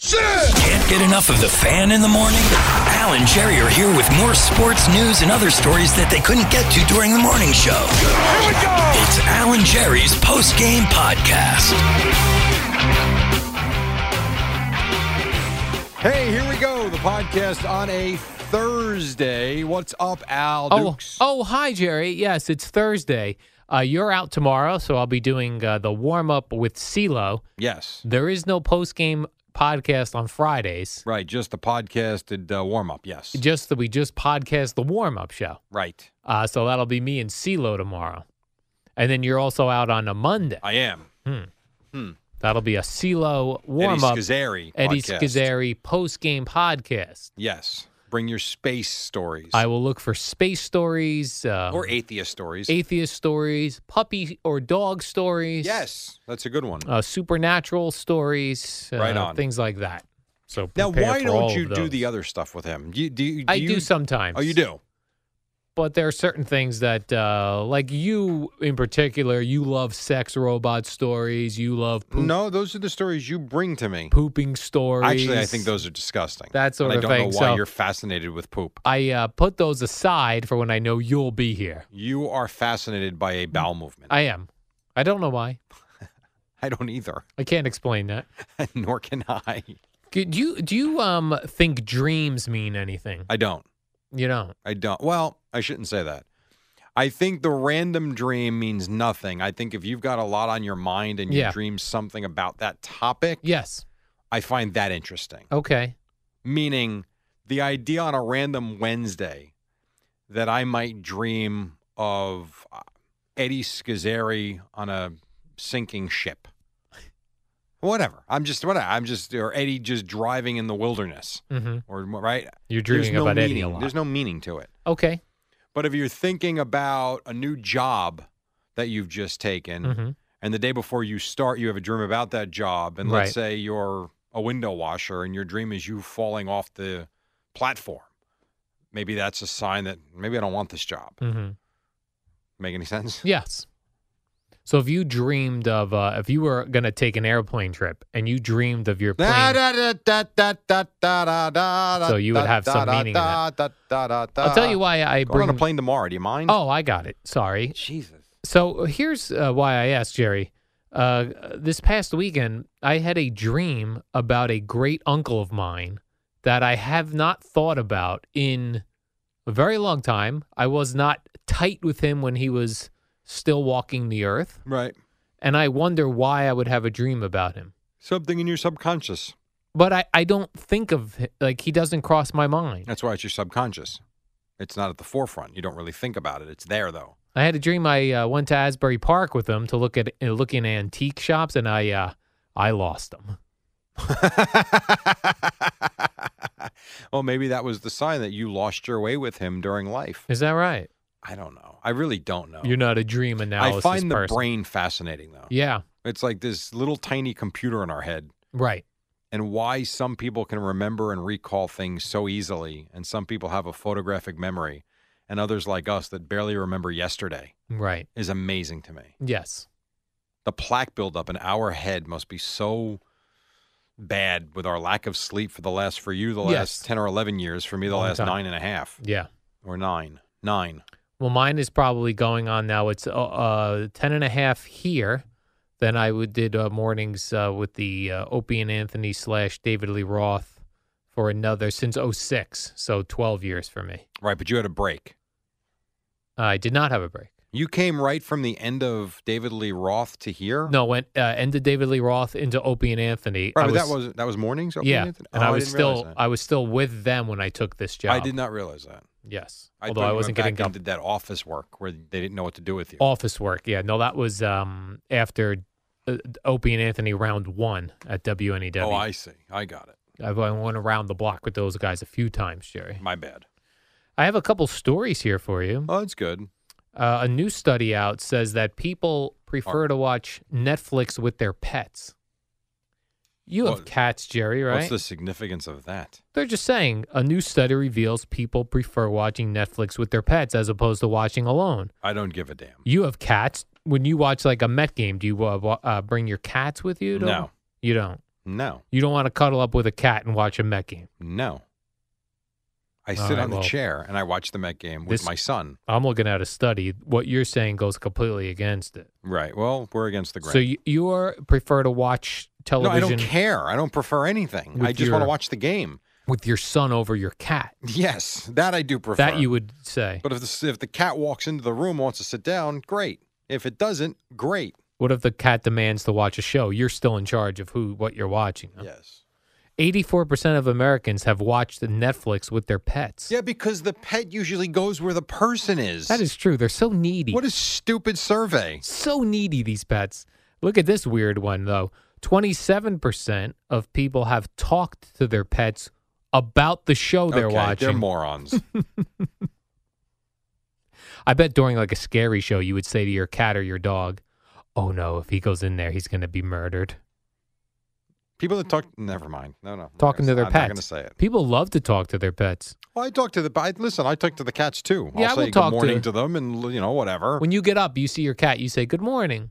Can't get enough of the fan in the morning? Al and Jerry are here with more sports news and other stories that they couldn't get to during the morning show. Here we go! It's Al and Jerry's post game podcast. Hey, here we go. The podcast on a Thursday. What's up, Al Oh, Dukes? oh, hi, Jerry. Yes, it's Thursday. Uh, you're out tomorrow, so I'll be doing uh, the warm up with CeeLo. Yes. There is no post game podcast on Fridays. Right. Just the podcasted uh, warm up. Yes. Just that we just podcast the warm up show. right. Uh, so that'll be me and CeeLo tomorrow. And then you're also out on a Monday. I am. That'll be a CeeLo Eddie warm up. Scazzeri Eddie podcast. Scazzeri post game podcast. Yes. Bring your space stories I will look for space stories, um, or atheist stories. atheist stories, puppy or dog stories. Yes. That's a good one. uh, supernatural stories, uh, Right on. things like that. So now, prepare why for don't all you of do the those. other stuff with him? Do you, do, you, do I you, do sometimes. Oh, you do? but there are certain things that, uh, like you in particular, you love sex robot stories. You love poop, No, those are the stories you bring to me. pooping stories. Actually, I think those are disgusting. That sort and of I don't thing, know why so- you're fascinated with poop. I uh, put those aside for when I know you'll be here. You are fascinated by a Mm. bowel movement. I am. I don't know why. I don't either, I can't explain that. nor can I. Could you do you um think dreams mean anything? I don't. You don't. I don't. Well, I shouldn't say that. I think the random dream means nothing. I think if you've got a lot on your mind and you Yeah. dream something about that topic, Yes. I find that interesting. Okay. Meaning, the idea on a random Wednesday that I might dream of uh, Eddie Scazzeri on a sinking ship. Whatever. I'm just what I'm just or Eddie just driving in the wilderness hmm or right. You're There's dreaming no about meaning. Eddie a lot. There's no meaning to it. okay. But if you're thinking about a new job that you've just taken, hmm and the day before you start, you have a dream about that job, and let's Right. say you're a window washer and your dream is you falling off the platform, maybe that's a sign that maybe I don't want this job. hmm Make any sense? Yes. So if you dreamed of, uh, if you were going to take an airplane trip and you dreamed of your plane, Da, da, da, da, da, da, da, da, da, So you would da, have da, some da, meaning in da, da, da, da, da. I'll tell you why I uh, Going bring. on a plane tomorrow. Do you mind? Oh, I got it. Sorry. Jesus. So here's uh, why I asked Jerry. Uh, this past weekend, I had a dream about a great uncle of mine that I have not thought about in a very long time. I was not tight with him when he was still walking the earth, Right. and I wonder why I would have a dream about him. Something in your subconscious. but I, I don't think of hi- like he doesn't cross my mind. That's why it's your subconscious. It's not at the forefront. You don't really think about it. It's there though. I had a dream I uh, went to Asbury Park with him to look at uh, look in antique shops, and I uh, I lost him. well, maybe that was the sign that you lost your way with him during life. Is that right? I don't know. I really don't know. You're not a dream analysis I find the person. brain fascinating though. Yeah, It's like this little tiny computer in our head right. and why some people can remember and recall things so easily and some people have a photographic memory and others like us that barely remember yesterday Right. is amazing to me. Yes. the plaque buildup in our head must be so bad with our lack of sleep for the last for you the last Yes. 10 or 11 years for me the Long last time. nine and a half Yeah. or nine nine Well, mine is probably going on now. It's uh, uh, 10 and a half here. Then I would, did uh, mornings uh, with the uh, Opie and Anthony slash David Lee Roth for another since 06. So 12 years for me. right but you had a break I did not have a break. you came right from the end of david lee roth to here No, went uh, ended David Lee Roth into Opie and Anthony. right I but that was that was mornings opening yeah, it? and Oh, I was didn't realize still that. I was still with them when I took this job. I did not realize that Yes, I although thought you I went wasn't getting back and did comp- that office work where they didn't know what to do with you office work. Yeah, no, that was um, after uh, Opie and Anthony round one at E WNEW. oh i see i got it I went around the block with those guys a few times, Jerry. my bad I have a couple stories here for you. oh that's good Uh, a new study out says that people prefer to watch Netflix with their pets. You have What- cats, Jerry, right? what's the significance of that They're just saying a new study reveals people prefer watching Netflix with their pets as opposed to watching alone. i don't give a damn You have cats. When you watch like a Met game, do you uh, wa- uh, bring your cats with you? to- No. you don't. no You don't want to cuddle up with a cat and watch a Met game. No. I All sit right, on the well, chair and I watch the Met game with this- my son. I'm looking at a study. What you're saying goes completely against it. Right. Well, we're against the grain. So you you are prefer to watch no, I television don't care. I don't prefer anything. With I just want to your- watch the game. with your son over your cat. Yes, that I do prefer. That you would say. But if the if the cat walks into the room wants to sit down, great. If it doesn't, great. What if the cat demands to watch a show? You're still in charge of who what you're watching. Yes. 84% of Americans have watched Netflix with their pets. Yeah, because the pet usually goes where the person is. That is true. They're so needy. What a stupid survey. so needy these pets. Look at this weird one though. 27% of people have talked to their pets about the show they're okay, watching. They're morons. I bet during like a scary show you would say to your cat or your dog, "Oh no, if he goes in there, he's going to be murdered." People that talk. Never mind. No, no. I'm not Talking gonna- to their I'm pets. not going to say it. People love to talk to their pets. Well, I talk to the. I, listen, I talk to the cats too. Yeah, I I'll say will talk to- good morning to, them, and you know whatever. When you get up, you see your cat, you say, "Good morning."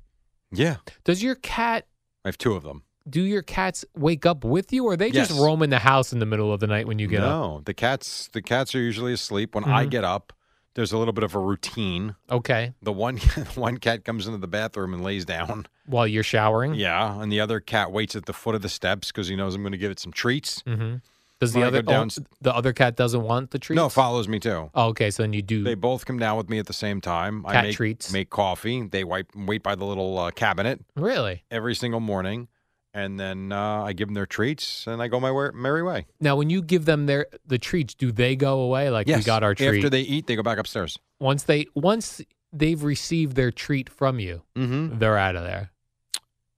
yeah, Does your cat I have two of them. do your cats wake up with you or are they just Yes. roam in the house in the middle of the night when you get up? no, the cats. The cats are usually asleep when I Mhm. get up. There's a little bit of a routine. Okay. The one the one cat comes into the bathroom and lays down. While you're showering? Yeah, and the other cat waits at the foot of the steps because he knows I'm going to give it some treats. Mhm. Does When the I other go down- oh, the other cat doesn't want the treats? No, follows me too. Oh, okay, so then you do. They both come down with me at the same time. I Cat make, treats. Make coffee. They wipe, wait by the little uh, cabinet. really? every single morning, and then uh, I give them their treats, and I go my wa- merry way. Now, when you give them their the treats, do they go away? Like we got our treat. After they eat, they go back upstairs. once they once they've received their treat from you, Mm-hmm. they're out of there.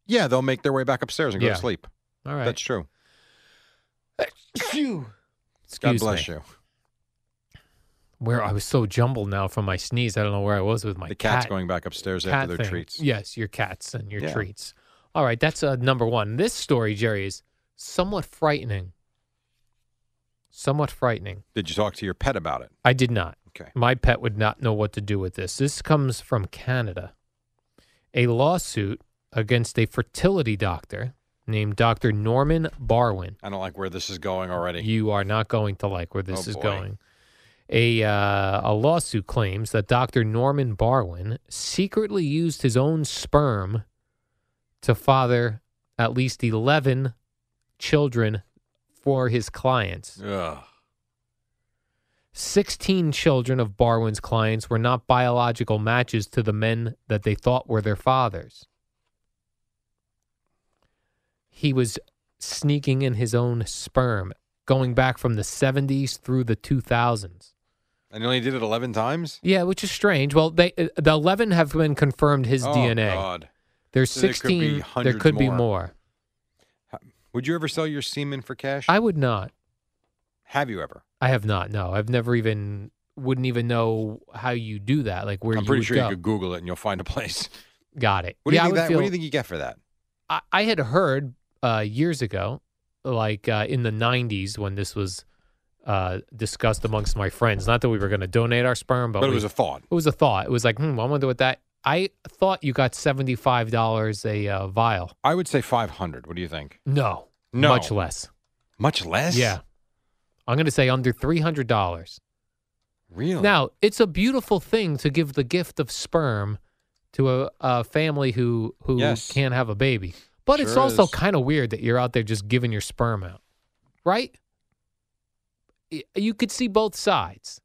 Yeah, they'll make their way back upstairs and go Yeah. to sleep. All right. That's true. Excuse God bless me. you. Where I was so jumbled now from my sneeze, I don't know where I was with my the cat's cat- going back upstairs cat after their thing. treats. Yes, your cats and your Yeah. treats. All right, that's uh, number one. This story, Jerry, is somewhat frightening. Somewhat frightening. Did you talk to your pet about it? I did not. Okay. My pet would not know what to do with this. This comes from Canada. A lawsuit against a fertility doctor named Dr. Norman Barwin. I don't like where this is going already. You are not going to like where this Oh, is boy. going. A, uh, a lawsuit claims that Dr. Norman Barwin secretly used his own sperm to father at least 11 children for his clients. Ugh. 16 children of Barwin's clients were not biological matches to the men that they thought were their fathers. He was sneaking in his own sperm, going back from the 70s through the 2000s. And you only did it 11 times? Yeah, which is strange. Well, they uh, the 11 have been confirmed his Oh, DNA. God. There's So there could be 16. There hundreds could be more. more. Would you ever sell your semen for cash? I would not. Have you ever? I have not. No, I've never even wouldn't even know how you do that. Like where I'm you pretty would sure go. you could Google it and you'll find a place. Got it. What do, yeah, you, I think would that, feel, what do you think you get for that? I, I had heard uh, years ago, like uh, in the 90s when this was uh, discussed amongst my friends, not that we were going to donate our sperm, but, But it we- was a thought. it was a thought. It was like, hmm, I wonder what that I thought you got seventy-five dollars a uh, vial. I would say 500. What do you think? No, No. much less. Much less? Yeah, I'm going to say under three hundred dollars. Really? Now, it's a beautiful thing to give the gift of sperm to a, a family who who Yes. can't have a baby, but it's Sure also is. kind of weird that you're out there just giving your sperm out, right? Y- You could see both sides.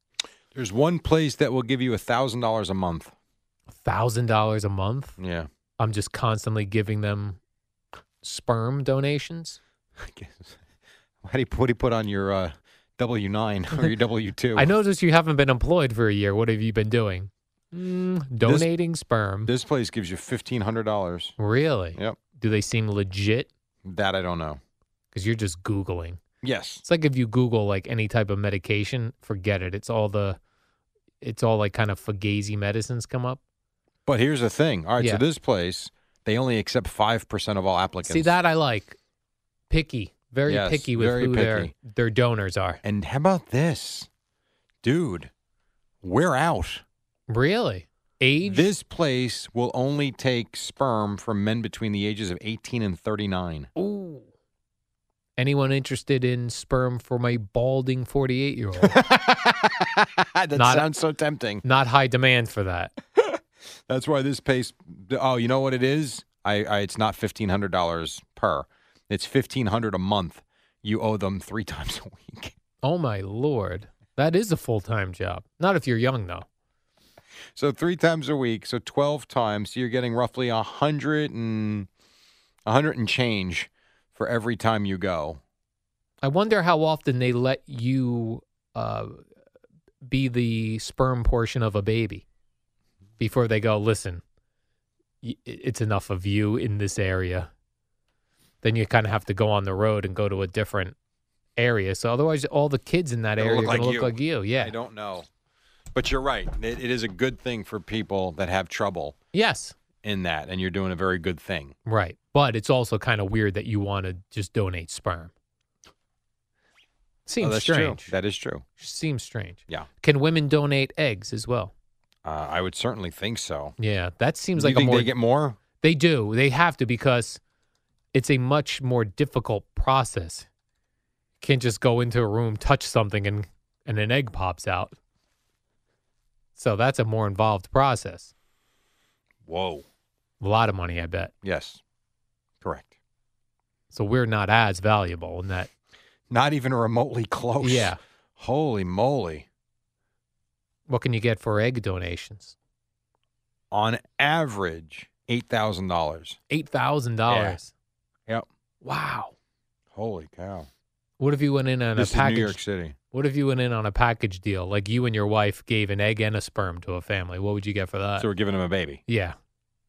There's one place that will give you $1,000 a month. Thousand dollars a month. Yeah. I'm just constantly giving them sperm donations. I guess. What do you, what do you put on your uh, W 9 or your W 2? I noticed you haven't been employed for a year. What have you been doing? Mm, donating sperm. This place gives you $1,500. really? Yep. Do they seem legit? That I don't know. Because you're just Googling. Yes. It's like if you Google like any type of medication, forget it. It's all the, it's all like kind of fugazi medicines come up. But here's the thing. All right. Yeah. So this place, they only accept 5% of all applicants. See that I like, picky, very Yes, picky with very who their picky. their donors are. And how about this? Dude, we're out. Really, age. This place will only take sperm from men between the ages of 18 and 39. Ooh. Anyone interested in sperm for my balding forty-eight year old? that Not- sounds so tempting. Not high demand for that. That's why this place. Oh, you know what it is? I, I it's not fifteen hundred dollars per. It's fifteen hundred a month. You owe them three times a week. Oh my lord, that is a full-time job. Not if you're young though. So three times a week. So twelve times. So you're getting roughly a hundred and a hundred and change for every time you go. I wonder how often they let you uh, be the sperm portion of a baby before they go, listen, y- i- it's enough of you in this area. Then you kind of have to go on the road and go to a different area. So otherwise, all the kids in that They'll area look are going to like look you. like you. Yeah. I don't know, but you're right. It, it is a good thing for people that have trouble Yes. in that, and you're doing a very good thing. Right. But it's also kind of weird that you want to just donate sperm. Oh, Seems that's strange. true. That is true. Seems strange. Yeah. Can women donate eggs as well? Uh, I would certainly think so. Yeah, that seems You like a think more they get more. They do. They have to because it's a much more difficult process. Can't just go into a room, touch something, and and an egg pops out. So that's a more involved process. Whoa. A lot of money, I bet. Yes. Correct. So we're not as valuable in that. Not even remotely close. Yeah. Holy moly. What can you get for egg donations? On average, eight thousand dollars. Eight thousand dollars. Yep. Wow. Holy cow. What if you went in on this a is New York package? City. What if you went in on a package deal? Like you and your wife gave an egg and a sperm to a family. What would you get for that? so we're giving him a baby. Yeah.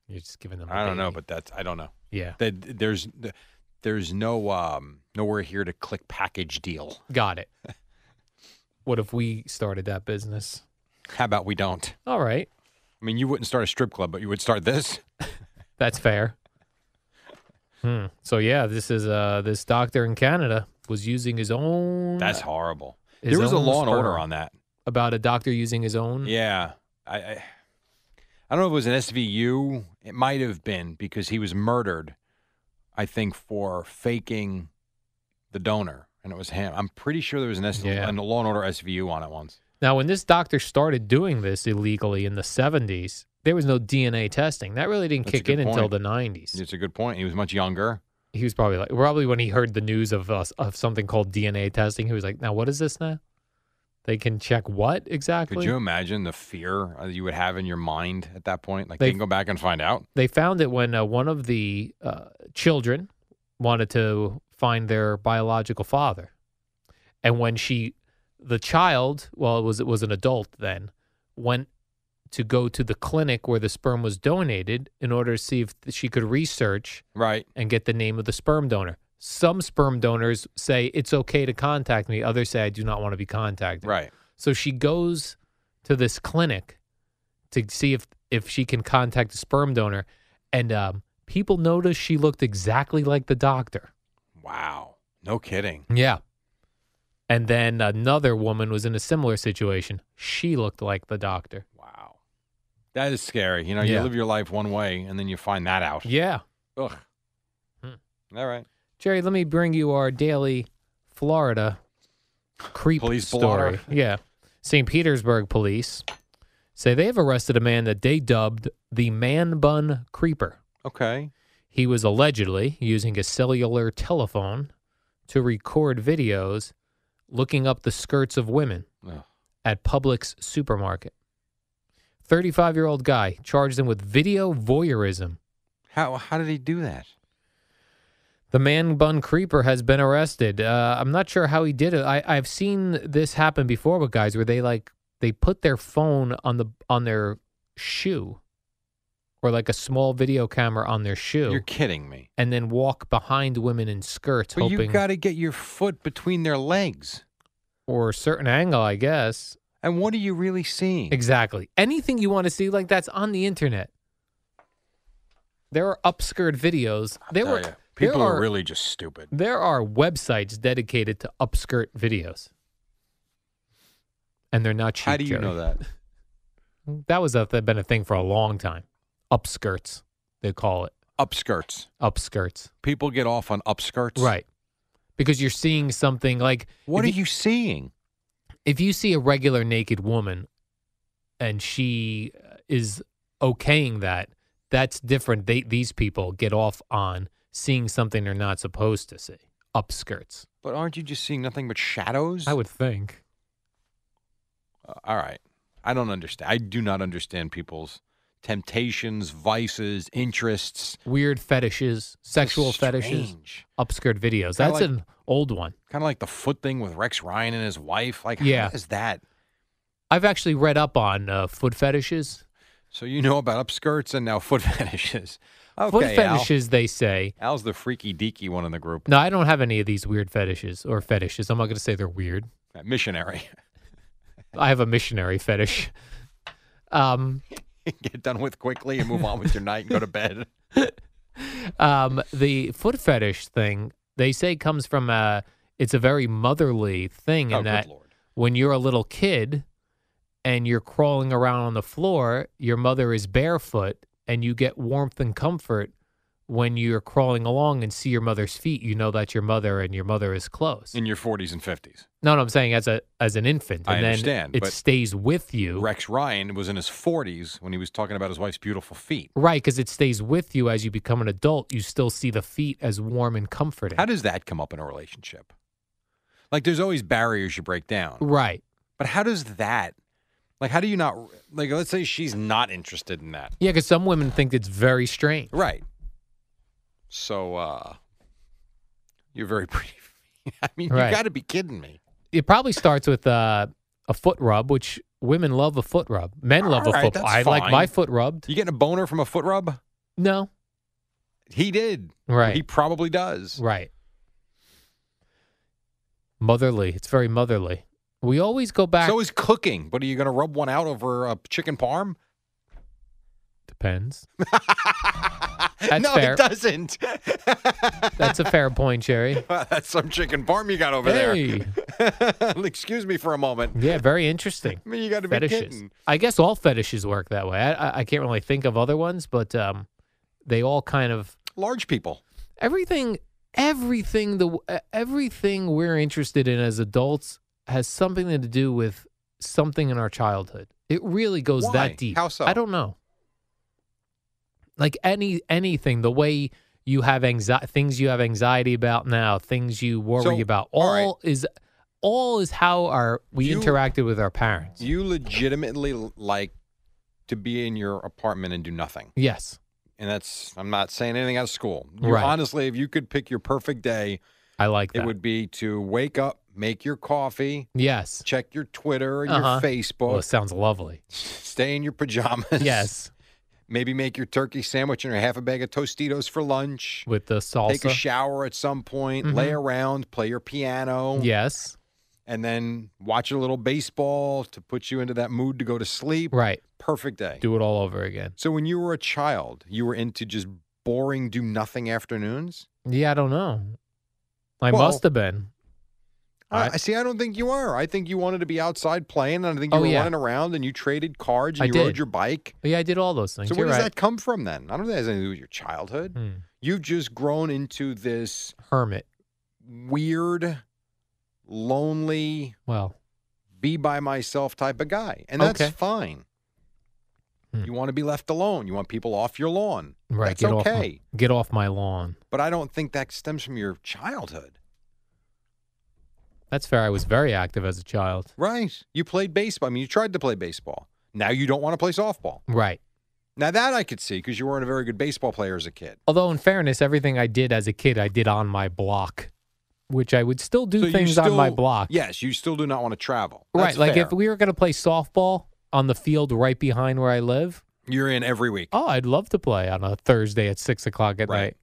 You're just giving them. I I don't know, but that's I don't know. yeah, That there's there's no um nowhere here to click package deal. got it. what if we started that business? How about we don't? All right, I mean, you wouldn't start a strip club, but you would start this. that's fair. Hmm. So yeah, this is uh this doctor in Canada was using his own That's horrible. His There was a own law and order sperm. on that. about a doctor using his own. Yeah, I, I, I don't know if it was an SVU. It might have been because he was murdered. I think for faking the donor, and it was him. I'm pretty sure there was an S Yeah. and a Law and Order SVU on it once. Now, when this doctor started doing this illegally in the 70s, there was no DNA testing. That really didn't That's a kick in good until point. the 90s. It's a good point. He was much younger. He was probably like, probably when he heard the news of us of something called DNA testing, he was like, "Now what is this now? They can check what exactly?" Could you imagine the fear uh, you would have in your mind at that point? Like They- they can go back and find out. they found it when uh, one of the uh, children wanted to find their biological father, and when she, the child, well, it was it was an adult then, went to go to the clinic where the sperm was donated in order to see if she could research Right. and get the name of the sperm donor. Some sperm donors say it's okay to contact me. Others say I do not want to be contacted. Right. So she goes to this clinic to see if if she can contact a sperm donor, and um, people noticed she looked exactly like the doctor. Wow. No kidding. Yeah. And then another woman was in a similar situation. She looked like the doctor. Wow. That is scary. You know, you Yeah. live your life one way and then you find that out. Yeah. Ugh. Hmm. All right. Jerry, let me bring you our daily Florida creep Police story. blotter. Yeah. St. Petersburg police say they have arrested a man that they dubbed the man bun creeper. Okay. He was allegedly using a cellular telephone to record videos looking up the skirts of women Ugh. at Publix supermarket. 35 year old guy charged him with video voyeurism. How how did he do that? The man bun creeper has been arrested. Uh, I'm not sure how he did it. I, I've seen this happen before with guys where they like they put their phone on the on their shoe or like a small video camera on their shoe You're kidding me. and then walk behind women in skirts But hoping you got to get your foot between their legs. or a certain angle, I guess. And what are you really seeing? Exactly. Anything you want to see like that's on the internet. There are upskirt videos. There were there Oh, people are, are- really just stupid. There are websites dedicated to upskirt videos. And they're not cheap. How do you Jerry. know that? That was a, that been a thing for a long time. Upskirts, they call it. Upskirts. Upskirts. People get off on upskirts. Right. Because you're seeing something like What if are you seeing? if you see a regular naked woman and she is okaying that, that's different. They, these people get off on seeing something they're not supposed to see. Upskirts. But aren't you just seeing nothing but shadows? I would think. Uh, all right. I don't understand. I do not understand people's temptations, vices, interests. Weird fetishes, sexual fetishes, upskirt videos. I That's like- an old one. Kind of like the foot thing with Rex Ryan and his wife. Like, Yeah. how is that? I've actually read up on uh, foot fetishes. So you know about upskirts and now foot fetishes. Okay, foot Al. fetishes, they say. Al's the freaky deaky one in the group. No, I don't have any of these weird fetishes or fetishes. I'm not going to say they're weird. That missionary. I have a missionary fetish. Um, Get done with quickly and move on with your night and go to bed. um, the foot fetish thing they say comes from a it's a very motherly thing in Oh, good that Lord. when you're a little kid and you're crawling around on the floor your mother is barefoot and you get warmth and comfort when you're crawling along and see your mother's feet you know that's your mother and your mother is close In your 40s and 50s. no no i'm saying as a as an infant I and then understand, it but- stays with you Rex Ryan was in his 40s when he was talking about his wife's beautiful feet. right because it stays with you as you become an adult you still see the feet as warm and comforting How does that come up in a relationship? Like, there's always barriers you break down, right but how does that, like, how do you not, like, let's say she's not interested in that. Yeah, because some women think it's very strange. Right. So, uh, you're very pretty. I mean, Right. you got to be kidding me. It probably starts with uh, a foot rub, which women love a foot rub. Men love All a right, foot. that's I like fine. my foot rubbed. You getting a boner from a foot rub? No, He did. right, He probably does. right. Motherly. It's very motherly. We always go back. So is cooking. But are you going to rub one out over a chicken parm? depends. That's no, fair. it doesn't. That's a fair point, Jerry. That's some chicken parm you got over hey, there. Excuse me for a moment. yeah, very interesting. I mean, you got to be fetishes. kidding. I guess all fetishes work that way. I, I, I can't really think of other ones, but um, they all kind of Large people. everything everything the uh, everything we're interested in as adults has something to do with something in our childhood it really goes Why? that deep How so? i don't know like any anything the way you have anxiety things you have anxiety about now things you worry So, about all all right. is all is how our we You- interacted with our parents You legitimately l- like to be in your apartment and do nothing. yes And that's, I'm not saying anything out of school. You Right. Honestly, if you could pick your perfect day, i like that it would be to wake up, make your coffee, yes check your Twitter, and Uh-huh. your Facebook, well it sounds lovely stay in your pajamas. yes Maybe make your turkey sandwich and a half a bag of Tostitos for lunch. with the salsa Mm-hmm. Take a shower at some point, lay around, play your piano, yes and then watch a little baseball to put you into that mood to go to sleep. right Perfect day. do it all over again So when you were a child, you were into just boring do nothing afternoons? Yeah, I don't know. I Well- must have been. I, see. I don't think you are. I think you wanted to be outside playing, and I think you Oh, were yeah. running around, and you traded cards, and I you did. rode your bike. Yeah, I did all those things. so where You're does right. that come from then? I don't think it has anything to do with your childhood. Hmm. You've just grown into this Hermit. weird, lonely, Well, be by myself type of guy, and that's Okay. fine. Hmm. You want to be left alone. You want people off your lawn. right. That's get off. My, okay. get off my lawn. But I don't think that stems from your childhood. That's fair. I was very active as a child. Right. You played baseball. I mean, you tried to play baseball. Now you don't want to play softball. Right. Now that I could see because you weren't a very good baseball player as a kid. Although, in fairness, everything I did as a kid, I did on my block, which I would still do So you things on my still- block. Yes, you still do not want to travel. right. That's Like fair. if we were going to play softball on the field right behind where I live, you're in every week, oh, I'd love to play on a Thursday at six o'clock at Right. night.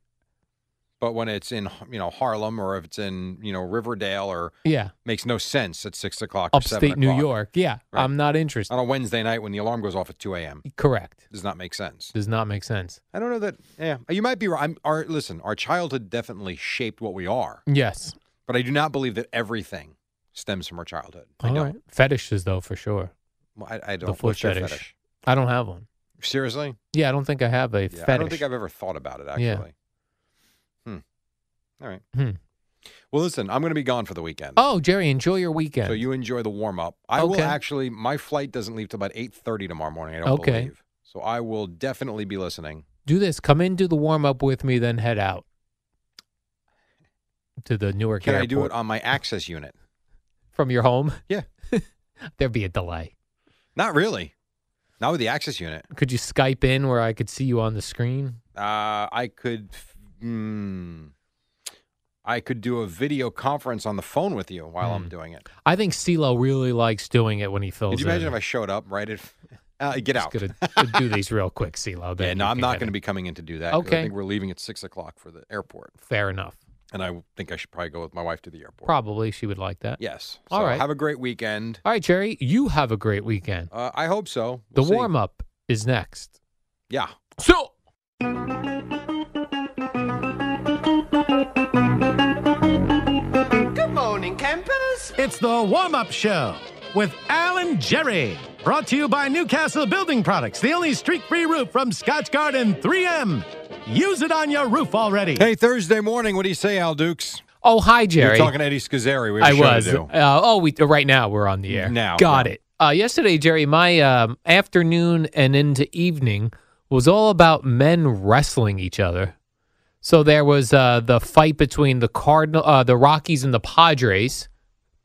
but when it's in you know Harlem or if it's in you know Riverdale or Yeah. makes no sense at six o'clock, or seven Upstate New o'clock. York. Yeah. Right. I'm not interested. on a Wednesday night when the alarm goes off at two a.m. Correct. does not make sense. Does not make sense. I don't know that. Yeah, you might be right. I'm, our listen, our childhood definitely shaped what we are, Yes. but I do not believe that everything stems from our childhood. I All don't. right. Fetishes, though, for sure. Well, I, I don't. foot What's your fetish. I don't have one. Seriously? Yeah, I don't think I have a Yeah, fetish. I don't think I've ever thought about it actually. Yeah. Hmm. All right. Hmm. Well, listen, I'm going to be gone for the weekend. Oh, Jerry, enjoy your weekend. So you enjoy the warm up. I will Okay. actually. My flight doesn't leave till about eight thirty tomorrow morning. I don't Okay. believe. So I will definitely be listening. do this. Come in, do the warm up with me, then head out to the Newark Can I airport do it on my access unit? from your home. Yeah. There'd be a delay. Not really. Not with the access unit. Could you Skype in where I could see you on the screen? Uh, I could. f- Mm, I could do a video conference on the phone with you while Hmm. I'm doing it. I think CeeLo really likes doing it when he fills. Could you imagine in. if I showed up right at? Uh, get out. Just gonna do these real quick, CeeLo. Yeah, then no, you I'm can not get going to it. be coming in to do that. 'cause Okay. I think we're leaving at six o'clock for the airport, Fair enough. and I think I should probably go with my wife to the airport. Probably she would like that. Yes. So All right. Have a great weekend. All right, Jerry. You have a great weekend. Uh, I hope so. the We'll see. warm up is next. Yeah. So. It's the warm up show with Alan Jerry. Brought to you by Newcastle Building Products, the only streak free roof from Scotch Garden 3M. Use it on your roof already. Hey, Thursday morning. What do you say, Al Dukes? Oh, hi, Jerry. You're talking to Eddie Scazzeri. We have I a show to was. do. Uh, oh, we right now we're on the air. Now, got yeah. it. Uh, yesterday, Jerry, my um, afternoon and into evening was all about men wrestling each other. So there was uh, the fight between the Cardinal, uh, the Rockies, and the Padres,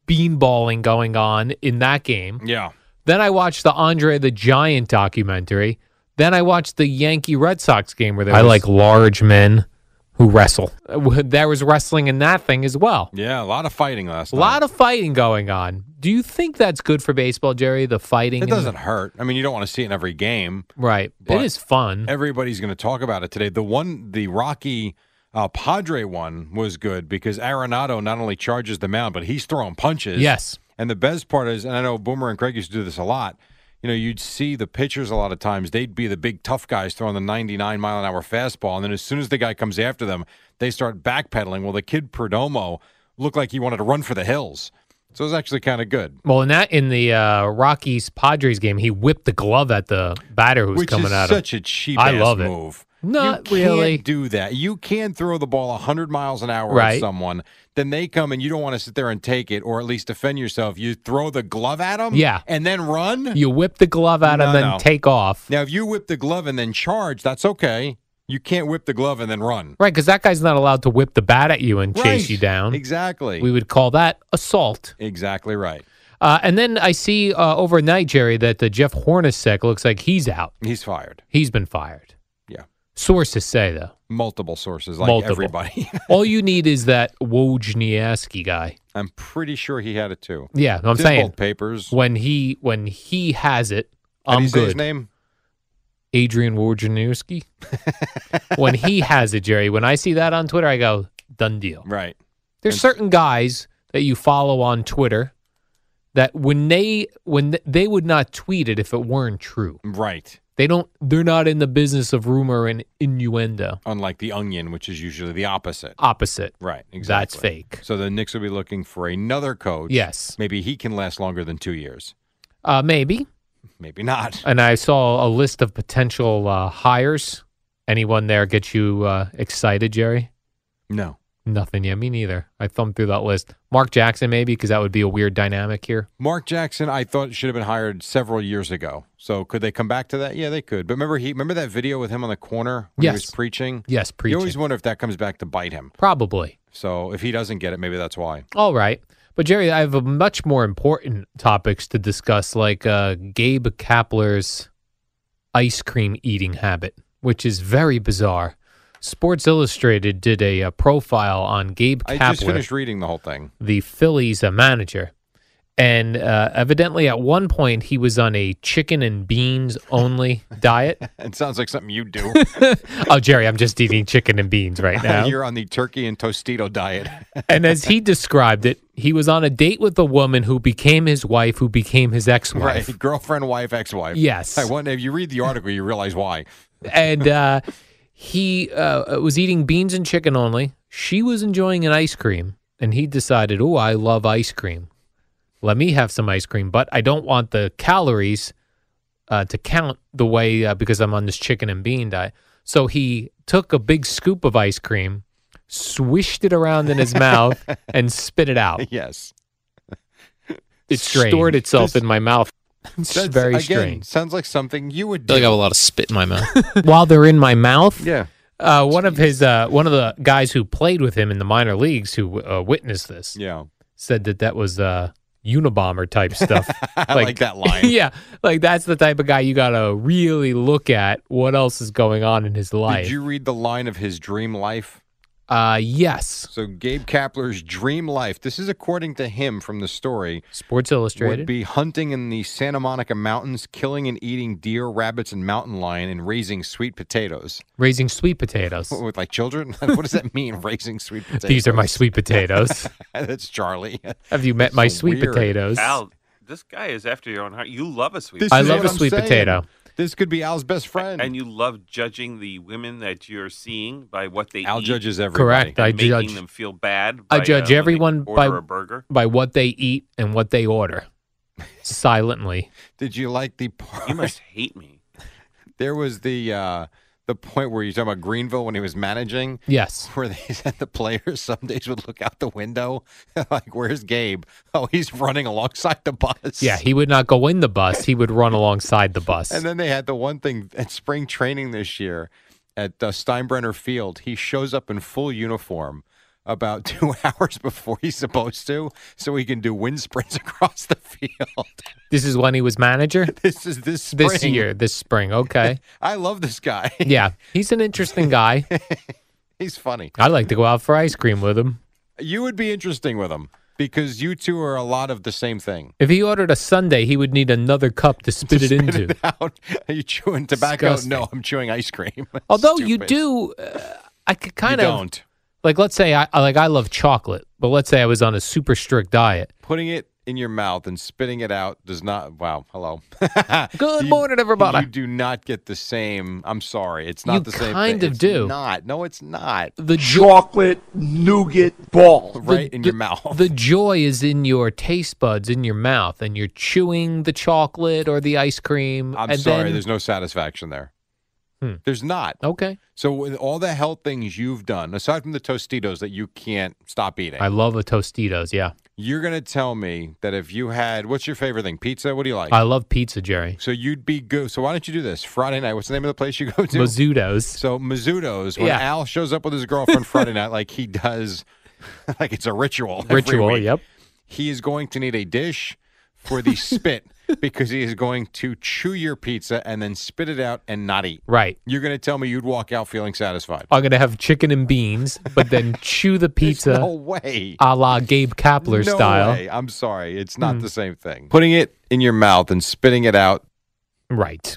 beanballing going on in that game. Yeah. Then I watched the Andre the Giant documentary. Then I watched the Yankee Red Sox game where there I like large men who wrestle. There was wrestling in that thing as well. Yeah. A lot of fighting last A night. lot of fighting going on. Do you think that's good for baseball, Jerry? The It fighting. and the- Mm-hmm. doesn't hurt. I mean, you don't want to see it in every game. right. It but- is fun. Everybody's going to talk about it today. The one, the Rocky uh, Padre one was good because Arenado not only charges the mound, but he's throwing punches. Yes. And the best part is, and I know Boomer and Craig used to do this a lot. You know, you'd see the pitchers a lot of times. They'd be the big tough guys throwing the 99 mile an hour fastball, and then as soon as the guy comes after them, they start backpedaling. Well, the kid Perdomo looked like he wanted to run for the hills, so it was actually kind of good. Well, in that in the uh, Rockies Padres game, he whipped the glove at the batter who was Which coming is at him. such a cheap I ass love it. move. Not you really. Can't do that. You can throw the ball 100 miles an hour Right. at someone, then they come and you don't want to sit there and take it or at least defend yourself. You throw the glove at them Yeah. and then run. You whip the glove at him, No, then no. take off. Now, if you whip the glove and then charge, that's okay. You can't whip the glove and then run. Right, because that guy's not allowed to whip the bat at you and chase Right. you down. Exactly. We would call that assault. exactly right. Uh, and then I see uh, overnight, Jerry, that the Jeff Hornacek looks like he's out. He's fired. He's been fired. Yeah. Sources say though. Multiple sources, like Multiple. everybody. All you need is that Wojniacki guy. I'm pretty sure he had it too. Yeah, I'm It's in saying both papers. when he when he has it, How do I'm you say his good. name? Adrian Wojnarowski. when he has it, Jerry. When I see that on Twitter, I go done deal. Right. There's And- certain guys that you follow on Twitter that when they when th- they would not tweet it if it weren't true. Right. They don't. They're not in the business of rumor and innuendo. Unlike the onion, which is usually the opposite. Opposite. Right, exactly. fake. So the Knicks will be looking for another coach. Yes. Maybe he can last longer than two years. Uh, maybe. Maybe not. And I saw a list of potential uh, hires. Anyone there get you uh, excited, Jerry? No. Nothing yet. Me neither. I thumbed through that list. Mark Jackson, maybe, because that would be a weird dynamic here. Mark Jackson, I thought should have been hired several years ago. So could they come back to that? Yeah, they could. But remember he remember that video with him on the corner when Yes. he was preaching? Yes, You preaching. always wonder if that comes back to bite him. Probably. So if he doesn't get it, maybe that's why. All right. But Jerry, I have a much more important topics to discuss, like uh, Gabe Kapler's ice cream eating habit, which is very bizarre. Sports Illustrated did a, uh profile on Gabe Kapler, I just finished reading the whole thing. the Phillies uh, manager, and uh, evidently at one point he was on a chicken and beans only diet. It sounds like something you do. Oh, Jerry, I'm just eating chicken and beans right now. You're on the turkey and tostito diet. and as he described it, he was on a date with a woman who became his wife, who became his ex-wife. Right. Girlfriend, wife, ex wife. Yes. I wonder if you read the article, you realize why. and uh, he uh, was eating beans and chicken only. She was enjoying an ice cream, and he decided, "Oh, I love ice cream. Let me have some ice cream, but I don't want the calories uh, to count the way uh, because I'm on this chicken and bean diet." So he took a big scoop of ice cream, swished it around in his mouth, and spit it out. Yes. It Strange. stored itself in my mouth. It's That's, very again, strange. Sounds like something you would I feel like I do. have a lot of spit in my mouth. While they're in my mouth, yeah. Uh, one of his, uh, one of the guys who played with him in the minor leagues who uh, witnessed this Yeah. said that that was uh, Unabomber type stuff. I like, that line. yeah, like that's the type of guy you gotta really look at. What else is going on in his life? Did you read the line of his dream life? uh, yes, So Gabe Kapler's dream life, this is according to him from the story, Sports would Illustrated. be hunting in the Santa Monica Mountains, killing and eating deer, rabbits, and mountain lion, and raising sweet potatoes. Raising sweet potatoes. What, with like children? what does that mean, raising sweet potatoes? These are my sweet potatoes. That's Charlie. Have you met That's my so sweet weird. potatoes? Al, this guy is after your own heart. You love a sweet This I is love what a I'm sweet saying. potato. This could be Al's best friend. and you love judging the women that you're seeing by what they Al eat. judges everybody. Correct. I making judge them feel bad. I by, uh, judge when they everyone by- order a burger. by what they eat and what they order silently. Did you like the part? You must hate me. There was the uh, the point where you talking about Greenville when he was managing, Yes. where they said the players some days would look out the window like, "Where's Gabe? Oh, he's running alongside the bus." Yeah, he would not go in the bus. He would run alongside the bus. And then they had the one thing at spring training this year at uh, Steinbrenner Field. He shows up in full uniform about two hours before he's supposed to, so he can do wind sprints across the field. this is when he was manager this is this spring. this year, this spring. Okay. I love this guy. Yeah, he's an interesting guy. he's funny. I'd like to go out for ice cream with him. You would be interesting with him because you two are a lot of the same thing. If he ordered a sundae, he would need another cup to spit it into. Out, are you chewing tobacco? Disgusting. No, I'm chewing ice cream. Although you Stupid. do, uh, I could kind you of don't like. Let's say I I- like I love chocolate, but let's say I was on a super strict diet. putting it in your mouth and spitting it out does not. Wow, hello. Good You- morning, You everybody. do not get the same. I'm sorry, it's not You the same. kind thing. of It's do. Not. No, it's not. the jo- chocolate nougat ball. Right in your the- mouth. The joy is in your taste buds, in your mouth, and you're chewing the chocolate or the ice cream. I'm and sorry. then- There's no satisfaction there. Hmm. There's not. okay. So with all the health things you've done, aside from the Tostitos that you can't stop eating, I love a Tostitos. Yeah, You're gonna tell me that if you had what's your favorite thing? Pizza? What do you like? I love pizza, Jerry. so you'd be good. So why don't you do this Friday night? What's the name of the place you go to? Mazzuto's. so Mazzuto's. When Yeah. Al shows up with his girlfriend Friday night, like he does, like it's a ritual. every Ritual. week, Yep. He is going to need a dish for the spit because he is going to chew your pizza and then spit it out and not eat. Right. You're gonna tell me you'd walk out feeling satisfied? I'm gonna have chicken and beans, but then chew the pizza There's no way. a la Gabe Kapler no style. Hmm. Way. I'm sorry. It's not the same thing. Putting it in your mouth and spitting it out. Right.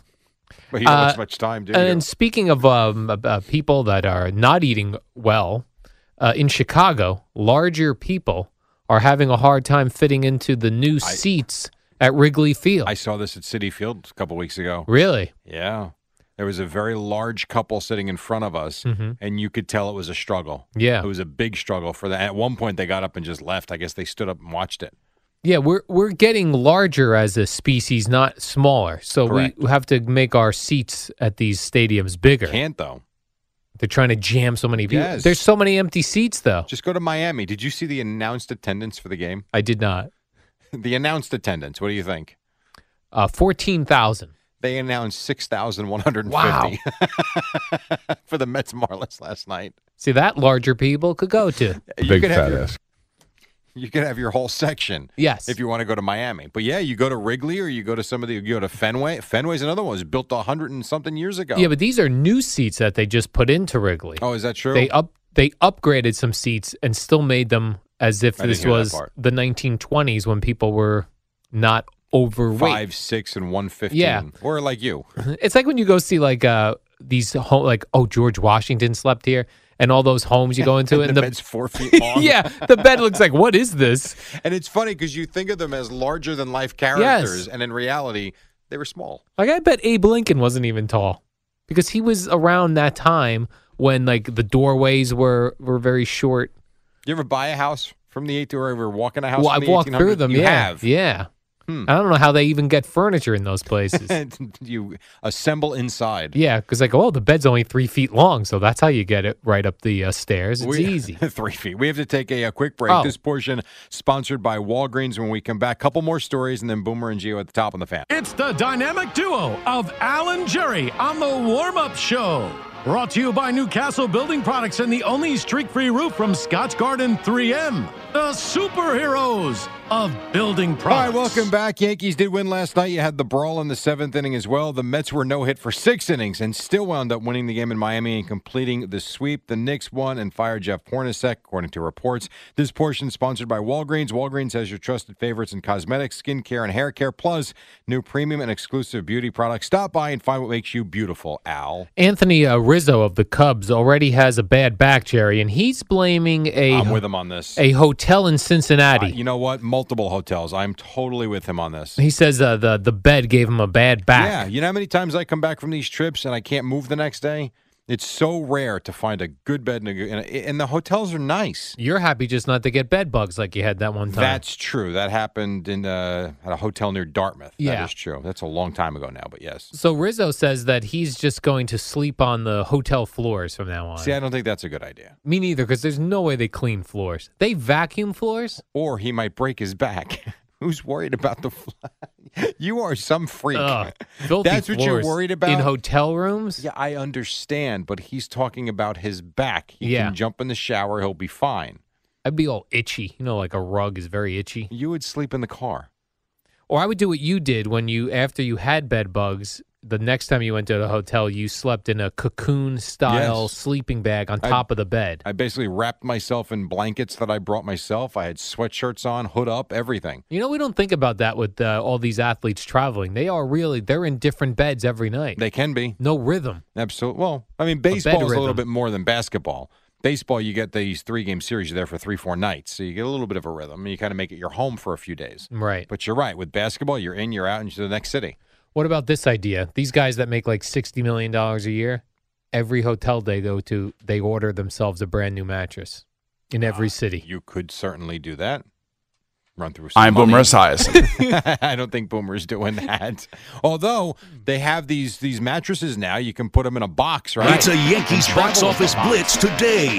But you don't Uh, have much time, do you? And speaking of um, ab- uh, people that are not eating well, uh, in Chicago, larger people are having a hard time fitting into the new seats at Wrigley Field. I saw this at City Field a couple weeks ago. really? Yeah. There was a very large couple sitting in front of us, Mhm. and you could tell it was a struggle. Yeah. It was a big struggle for that. At one point, they got up and just left. I guess they stood up and watched it. Yeah, we're we're getting larger as a species, not smaller. So Correct. we have to make our seats at these stadiums bigger. Can't, though. They're trying to jam so many people. Yes. There's so many empty seats though. Just go to Miami. Did you see the announced attendance for the game? I did not. The announced attendance. What do you think? Uh, fourteen thousand. They announced 6,150 for the Mets Marlins last night. See that larger people could go to. you could have your, You could have your whole section. Yes. If you want to go to Miami. But yeah, you go to Wrigley or you go to some of the, you go to Fenway. Fenway's another one. It was built a hundred and something years ago. yeah, but these are new seats that they just put into Wrigley. oh, is that true? They up they upgraded some seats and still made them as if I didn't this hear that was part. the 1920s when people were not overweight. Five, six, and 115. Yeah. Or like you. It's like when you go see like uh these home like oh George Washington slept here and all those homes you go into the, and the bed's four feet long. yeah the bed looks like what is this? And it's funny because you think of them as larger than life characters. And in reality, they were small. Like I bet Abe Lincoln wasn't even tall because he was around that time when like the doorways were were very short. You ever buy a house from the 1800s or ever walk in a house well, from I've the walked 1800s? through them. You yeah, have. yeah. Hmm. I don't know how they even get furniture in those places. you assemble inside. yeah, because like oh the bed's only three feet long, so that's how you get it right up the uh, stairs. It's We- easy. Three feet. We have to take a, a quick break. Oh. This portion sponsored by Walgreens. When we come back, couple more stories, and then Boomer and Geo at the top on the fan. It's the dynamic duo of Alan Jerry on the warm up show. Brought to you by Newcastle Building Products and the only streak free roof from Scotch Garden 3M, the superheroes of building All right, products. welcome back. Yankees did win last night. You had the brawl in the seventh inning as well. The Mets were no hit for six innings and still wound up winning the game in Miami and completing the sweep. The Knicks won and fired Jeff Hornacek, according to reports. This portion sponsored by Walgreens. Walgreens has your trusted favorites in cosmetics, skincare, and hair care, plus new premium and exclusive beauty products. Stop by and find what makes you beautiful, Al. Anthony uh, Rizzo of the Cubs already has a bad back, Jerry, and he's blaming a I'm with him on this. a hotel in Cincinnati. Uh, you know what? Multiple hotels. I'm totally with him on this. he says uh, the the bed gave him a bad back. Yeah. You know how many times I come back from these trips and I can't move the next day? It's so rare to find a good bed and, a good, and, and the hotels are nice. You're happy just not to get bed bugs like you had that one time. That's true. That happened in uh, at a hotel near Dartmouth. That Yeah. is true. That's a long time ago now, but yes. so Rizzo says that he's just going to sleep on the hotel floors from now on. See, I don't think that's a good idea. Me neither, because there's no way they clean floors. They vacuum floors. Or he might break his back. Who's worried about the fly? you are some freak. Ugh, filthy That's what you're floors worried about? in hotel rooms. Yeah, I understand, but he's talking about his back. He Yeah. can jump in the shower, he'll be fine. I'd be all itchy. You know, like a rug is very itchy. You would sleep in the car. Or I would do what you did when you after you had bed bugs. The next time you went to the hotel, you slept in a cocoon style Yes. sleeping bag on I- top of the bed. I basically wrapped myself in blankets that I brought myself. I had sweatshirts on, hood up, everything. You know, we don't think about that with uh, all these athletes traveling. They are really they're in different beds every night. They can be. no rhythm. Absolutely. Well, I mean, baseball is a little rhythm. bit more than basketball. Baseball, you get these three game series, you're there for three, four nights. So you get a little bit of a rhythm and you kind of make it your home for a few days. Right. But you're right. With basketball, you're in, you're out, and you're to the next city. What about this idea? These guys that make like sixty million dollars a year, every hotel they go to, they order themselves a brand new mattress in every city. You could certainly do that. Run through some I'm money. Boomer Esiason. I don't think Boomer's doing that. Although they have these these mattresses now, you can put them in a box, right? It's a Yankees box office blitz today.